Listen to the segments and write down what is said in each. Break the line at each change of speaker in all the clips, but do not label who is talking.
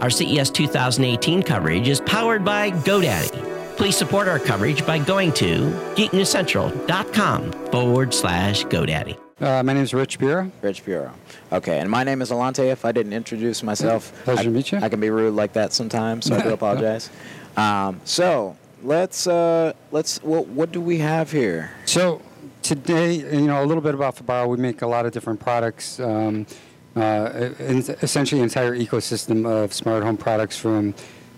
Our E CES 2018 coverage is powered by GoDaddy. Please support our coverage by going to geeknewscentral.com forward slash GoDaddy.
Uh, my name is Rich Bureau.
Rich Bureau. Okay, and my name is Alante. If I didn't introduce myself,
Pleasure
I,
to meet you.
I can be rude like that sometimes, so I do apologize. Um, so let's uh, let's well, what do we have here?
So today, you know, a little bit about Fabara. We make a lot of different products, um, uh, in, essentially an entire ecosystem of smart home products from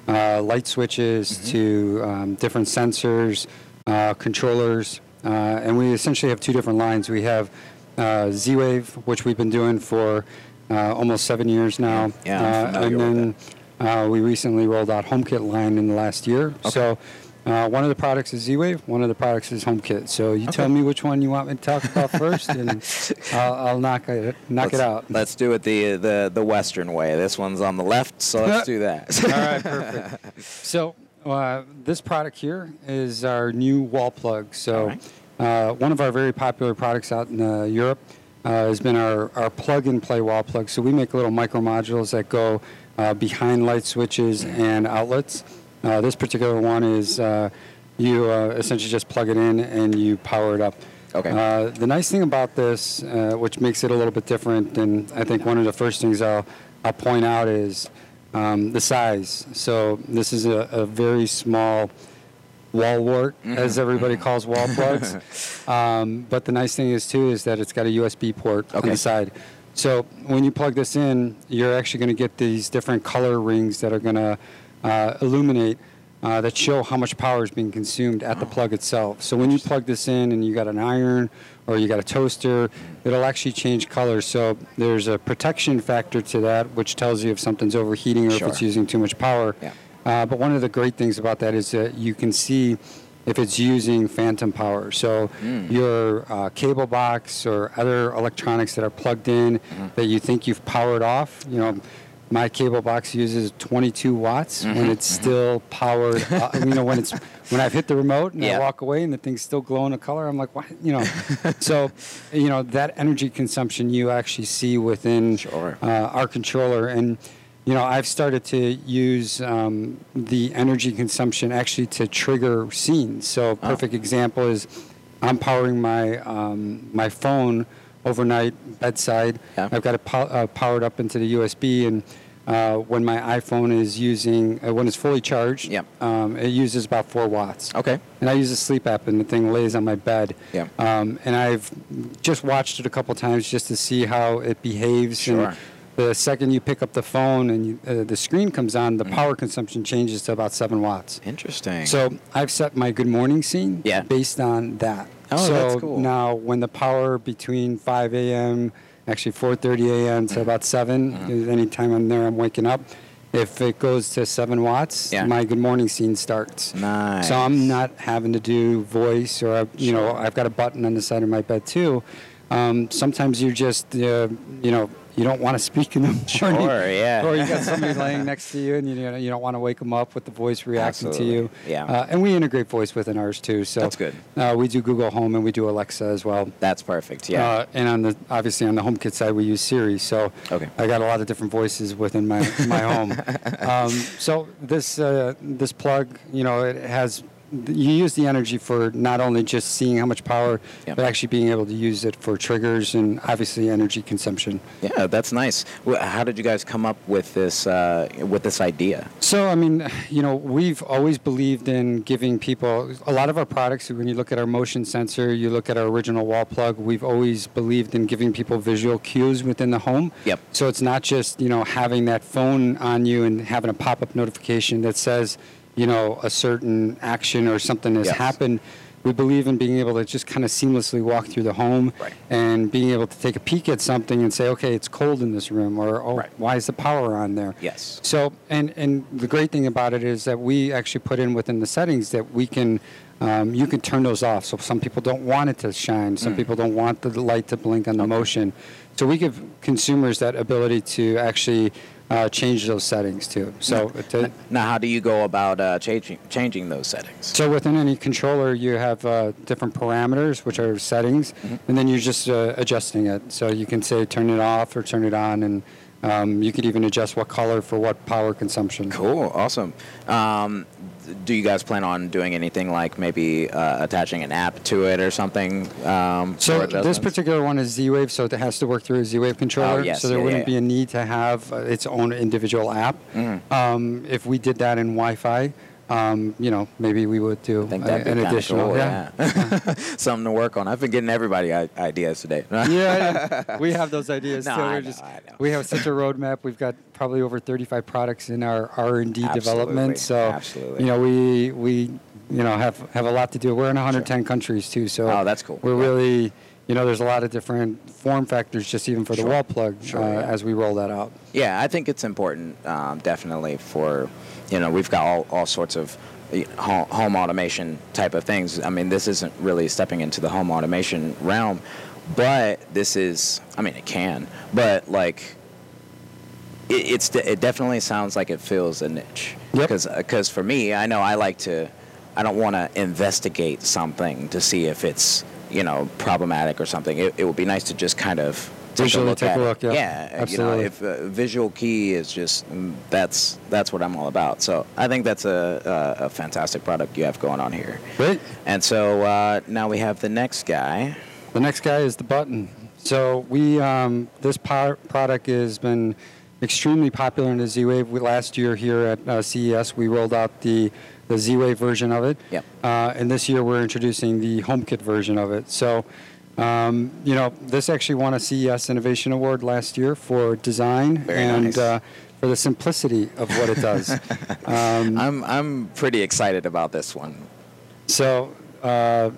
uh, light switches
Mm-hmm.
to um, different sensors, uh, controllers, uh, and we essentially have two different lines. We have uh, Z-Wave, which we've been doing for uh, almost seven years now,
Yeah, I'm
uh,
familiar
and
with
then.
that.
Uh, we recently rolled out HomeKit line in the last year. So uh, one of the products is Z-Wave, one of the products is HomeKit. So you tell me which one you want me to talk about first, and I'll, I'll knock it knock it
Let's-
out.
Let's do it the the the Western way. This one's on the left, so let's do that.
All right, perfect. So uh, this product here is our new wall plug. So uh, one of our very popular products out in uh, Europe uh, has been our, our plug-and-play wall plug. So we make little micro modules that go uh, behind light switches and outlets. Uh, this particular one is uh, you uh, essentially just plug it in and you power it up.
Okay.
Uh, the nice thing about this, uh, which makes it a little bit different, and I think one of the first things I'll, I'll point out is um, the size. So this is a, a very small wall wart, as everybody calls wall plugs. um, but the nice thing is too is that it's got a USB port on
Okay.
the side. So when you plug this in, you're actually going to get these different color rings that are going to uh, illuminate. Uh, that show how much power is being consumed at the plug itself. So when you plug this in and you got an iron or you got a toaster, it'll actually change color. So there's a protection factor to that, which tells you if something's overheating or if it's
Sure.
using too much power.
Yeah.
Uh, but one of the great things about that is that you can see if it's using phantom power. So
Hmm.
your uh, cable box or other electronics that are plugged in
Mm-hmm.
that you think you've powered off, you know, my cable box uses 22 watts
Mm-hmm.
when it's still powered. Uh, you know, when it's when I've hit the remote and I
Yeah.
walk away and the thing's still glowing a color, I'm like, what? You know, so you know that energy consumption you actually see within
Sure.
uh, our controller. And, you know, I've started to use um, the energy consumption actually to trigger scenes. So,
Ah.
a perfect example is I'm powering my, um, my phone overnight bedside.
Yeah.
I've got it pow- uh, powered up into the USB. And uh, when my iPhone is using, uh, when it's fully charged,
Yep.
um, it uses about four watts.
Okay.
And I use a sleep app, and the thing lays on my bed.
Yeah.
Um, and I've just watched it a couple times just to see how it behaves.
Sure.
And the second you pick up the phone and you, uh, the screen comes on, the power consumption changes to about seven watts.
Interesting.
So I've set my good morning scene
Yeah.
based on that.
Oh,
so
that's cool.
Now, when the power between 5 a.m., actually 4:30 a.m. to about 7,
Mm-hmm.
any time I'm there, I'm waking up. If it goes to seven watts,
Yeah.
my good morning scene starts.
Nice.
So I'm not having to do voice or uh, you know I've got a button on the side of my bed too. Um, sometimes you just uh, you know you don't want to speak in the morning,
Sure, yeah.
or you got somebody laying next to you and you know, you don't want to wake them up with the voice reacting
Absolutely.
to you.
Yeah.
Uh, and we integrate voice within ours too. So
That's good.
Uh, we do Google Home and we do Alexa as well.
that's perfect. Yeah.
Uh, and on the obviously on the HomeKit side, we use Siri. So
Okay.
I got a lot of different voices within my my home. Um, so this uh, this plug, you know, it has you use the energy for not only just seeing how much power,
Yeah.
but actually being able to use it for triggers and obviously energy consumption.
yeah, that's nice. Wh- How did you guys come up with this uh, with this idea?
So, I mean, you know, we've always believed in giving people a lot of our products. When you look at our motion sensor, you look at our original wall plug, we've always believed in giving people visual cues within the home.
Yep.
So it's not just, you know, having that phone on you and having a pop up notification that says, you know, a certain action or something has
Yes.
happened. We believe in being able to just kind of seamlessly walk through the home
Right.
and being able to take a peek at something and say, okay, it's cold in this room, or oh,
Right.
why is the power on there?
Yes.
So, and and the great thing about it is that we actually put in within the settings that we can, um, you can turn those off. So some people don't want it to shine. Some people don't want the light to blink on the motion. So we give consumers that ability to actually uh, change those settings too. So it- it-
Now, how do you go about uh, changing changing those settings?
So within any controller, you have uh, different parameters, which are settings, and then you're just uh, adjusting it. So you can say turn it off or turn it on, and um, you could even adjust what color for what power consumption.
Cool, awesome. Um, do you guys plan on doing anything like maybe uh, attaching an app to it or something? Um, for
So this
adjustments?
particular one is Z-Wave, so it has to work through a Z-Wave controller.
Oh, yes,
So there
yeah,
wouldn't
yeah, Mm-hmm.
be a need to have uh, its own individual app. Um, if we did that in Wi-Fi, um, you know, maybe we would do
I think
a-
that'd be
an
kinda
additional.
cool, something to work on. I've been getting everybody I- ideas today.
yeah, yeah, we have those ideas.
No,
too.
I
We're
know, I know.
We have such a roadmap. We've got probably over 35 products in our R&D
Absolutely,
development. So,
absolutely.
you know, we we you know have have a lot to do. We're in 110 countries too. So,
Oh, that's cool.
We're
Yeah.
really you know, there's a lot of different form factors just even for the
Sure.
wall plug
Sure,
uh,
yeah.
as we roll that out.
Yeah, I think it's important, um, definitely for, you know, we've got all, all sorts of eh, ho- home automation type of things. I mean, this isn't really stepping into the home automation realm, but this is, I mean, it can, but like, it, it's de- it definitely sounds like it fills a niche.
Yep.
Because for me, I know I like to, I don't want to investigate something to see if it's, you know, problematic or something. It, it would be nice to just kind of take
Visually
a look
take
at
a
it.
look, yeah.
yeah You
Absolutely.
know, if uh, visual key is just mm, that's that's what I'm all about. So I think that's a, a, a fantastic product you have going on here.
Great.
And so uh, now we have the next guy.
The next guy is the button. So we um, this po- product has been extremely popular in the Z-Wave. We, last year here at uh, CES, we rolled out the the Z-Wave version of it.
Yep.
Uh, and this year we're introducing the HomeKit version of it. So, um, you know, this actually won a CES Innovation Award last year for design
Very
and
nice.
uh, for the simplicity of what it does. um,
I'm I'm pretty excited about this one.
so uh,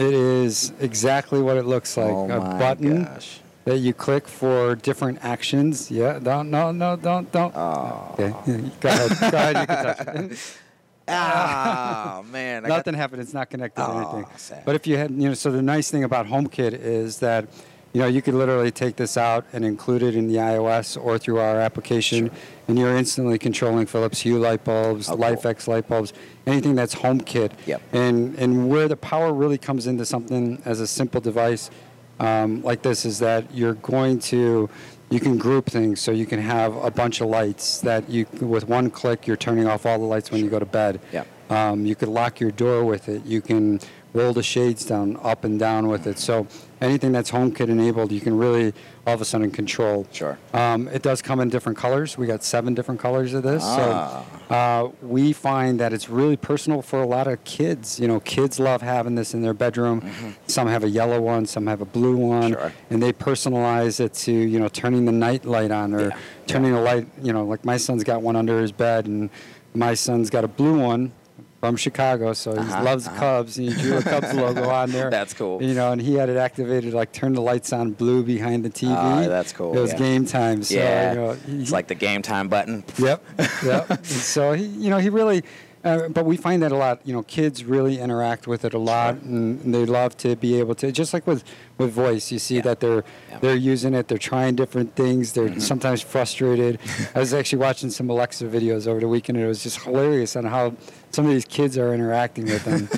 it is exactly what it looks like.
oh
a
my
button
gosh.
that you click for different actions. Yeah, don't, no, no, don't, don't.
Oh.
Okay, go ahead. Go ahead. You can touch it.
Ah man. I got- Oh,
Nothing happened. It's not connected
Aw,
or anything.
sad.
But if you had, you know, so the nice thing about HomeKit is that, you know, you could literally take this out and include it in the iOS or through our application, and you're instantly controlling Philips Hue light bulbs,
Oh, cool.
LifeX light bulbs, anything that's HomeKit.
Yep.
And and where the power really comes into something as a simple device um, like this is that you're going to. You can group things, so you can have a bunch of lights that you, with one click, you're turning off all the lights when you go to bed.
Yep.
Um, you could lock your door with it. You can roll the shades down, up and down with it. So anything that's HomeKit enabled, you can really all of a sudden control.
Sure.
Um, it does come in different colors. We got seven different colors of this. So uh, we find that it's really personal for a lot of kids. You know, kids love having this in their bedroom. Some have a yellow one, some have a blue one,
Mm-hmm. Sure.
and they personalize it to you know turning the night light on or
Yeah.
turning a light. You know, like my son's got one under his bed, and my son's got a blue one. From Chicago, so he
Uh-huh,
loves
uh-huh.
Cubs, and he drew a Cubs logo on there.
That's cool.
You know, and he had it activated, like turn the lights on blue behind the TV.
Ah, that's cool,
It was
yeah.
game time, so
yeah.
you know, he-
it's like the game time button.
Yep, yep. And so he, you know, he really. Uh, but we find that a lot. You know, kids really interact with it a lot, and, and they love to be able to. Just like with with voice, you see that they're
Yeah. Mm-hmm.
they're using it. They're trying different things. They're sometimes frustrated. I was actually watching some Alexa videos over the weekend, and it was just hilarious on how some of these kids are interacting with them.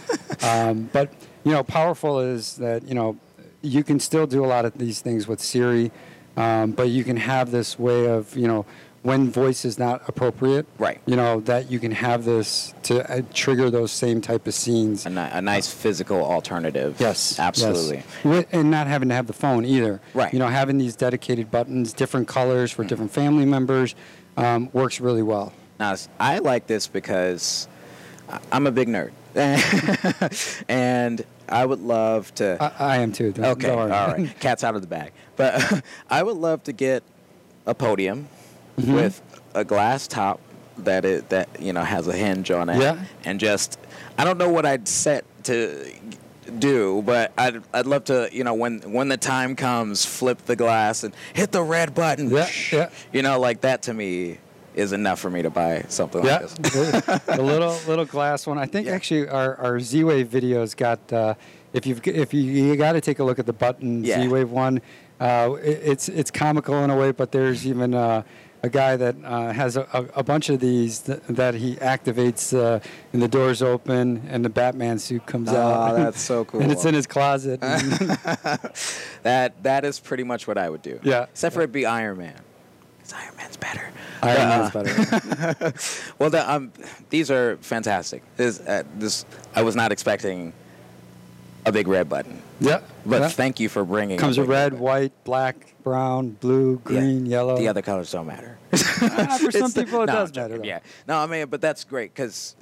um, but you know, powerful is that you know you can still do a lot of these things with Siri, um, but you can have this way of you know when voice is not appropriate,
Right.
You know that you can have this to uh, trigger those same type of scenes.
A, ni- a nice physical alternative.
Yes, yes.
Absolutely.
Wi- And not having to have the phone either.
Right. Mm.
You know, having these dedicated buttons, different colors for different family members, um, works really well.
Now, s- I like this because I- I'm a big nerd. and I would love to.
I, I am too. Don't,
okay,
don't
all
worry.
right. Cat's out of the bag. But I would love to get a podium
Mm-hmm.
with a glass top that it that you know has a hinge on it.
Yeah.
And just I don't know what I'd set to do, but I'd I'd love to, you know, when when the time comes, flip the glass and hit the red button.
Yeah, yeah.
You know, like that to me is enough for me to buy something
Yeah,
like this.
the the little little glass one. I think
Yeah.
actually our, our Z Wave videos got. Uh, if you've g- if you, you got to take a look at the button
Yeah.
Z Wave one. Uh, it, it's it's comical in a way, but there's even uh, a guy that uh, has a, a, a bunch of these th- that he activates uh, and the doors open and the Batman suit comes out.
Oh, that's so cool.
and it's in his closet. And-
That that is pretty much what I would do.
Yeah.
Except for it'd be Iron Man. 'Cause Iron Man's better.
Iron
Uh,
Man's better.
Well, the, um, these are fantastic. This, uh, this I was not expecting a big red button,
yeah.
but
yeah.
thank you for bringing. a
comes with
big
red,
button.
white, black, brown, blue,
Yeah.
green, yellow.
The other colors don't matter.
Ah, for some
It's the-
people, it
no, I'm
does
joking.
matter. though.
Yeah. No, I mean, but that's great because,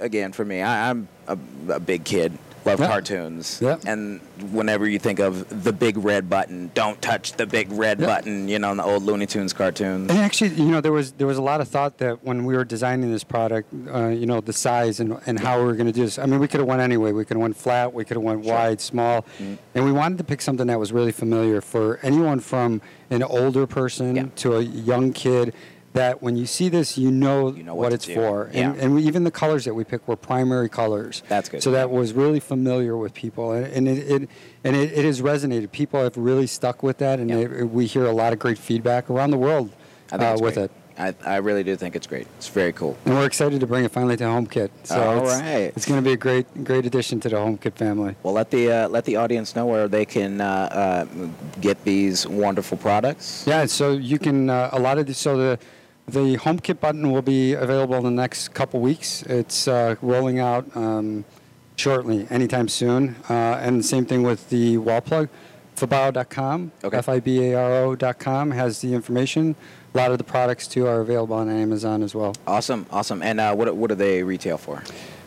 again, for me, I, I'm a, a big kid, love
Yeah.
cartoons,
Yeah.
and whenever you think of the big red button, don't touch the big red
Yeah.
button. You know, in the old Looney Tunes cartoons.
And actually, you know, there was there was a lot of thought that when we were designing this product, uh, you know, the size and, and how we were going to do this. I mean, we could have went anyway. We could have went flat. We could have went wide, small,
Mm-hmm.
and we wanted to pick something that was really familiar for anyone from an older person
Yeah.
to a young kid. That when you see this, you know,
You know
what,
what to
it's
do.
for, and,
Yeah.
and we, even the colors that we picked were primary colors.
That's good.
So that was really familiar with people, and, and it, it and it, it has resonated. People have really stuck with that, and
Yeah.
it- we hear a lot of great feedback around the world
I think
uh,
it's
with
great.
it.
I, I really do think it's great. It's very cool.
And we're excited to bring it finally to HomeKit. So
All
it's,
right.
it's going to be a great, great addition to the HomeKit family.
Well, let the uh, let the audience know where they can uh, uh, get these wonderful products.
Yeah, so you can uh, a lot of the, so the the HomeKit button will be available in the next couple weeks. It's uh, rolling out um, shortly, anytime soon. Uh, and same thing with the wall plug. Fibaro.com,
Okay.
F-I-B-A-R-O.com has the information. A lot of the products too are available on Amazon as well.
Awesome, awesome. And uh, what what do they retail for?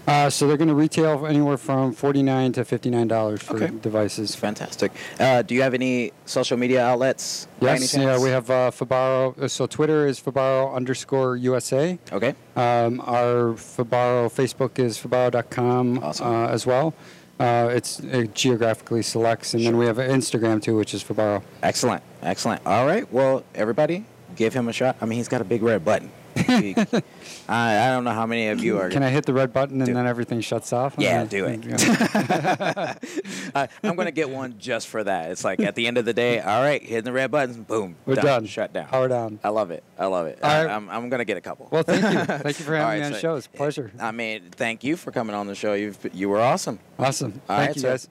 Uh, so they're going to retail anywhere from forty-nine to fifty-nine dollars for
Okay.
devices.
Fantastic. Uh, do you have any social media outlets? by
Yes,
any
yeah,
chance?
we have uh, Fabaro. So Twitter is Fabaro underscore USA.
Okay.
Um, our Fabaro Facebook is Fabaro.com
Awesome.
uh, as well. Uh, it's it geographically selects, and then we have Instagram too, which is Fabaro.
Excellent. Excellent. All right. Well, everybody, give him a shot. I mean, he's got a big red button. He- I, I don't know how many of you are.
Can I hit the red button and
Do-
then everything shuts off?
Yeah,
Uh,
do it.
yeah.
I, I'm going to get one just for that. It's like at the end of the day, all right, hitting the red button, boom.
We're done.
Shut down. Uh,
Power down.
I love it. I love it.
All
I,
right.
I'm, I'm going to get a couple.
well, thank you. Thank you for
All
having
right,
me on
so-
the show. It's a pleasure.
I mean, thank you for coming on the show. You've, you were awesome.
Awesome.
All
thank
right,
you
sir.
guys.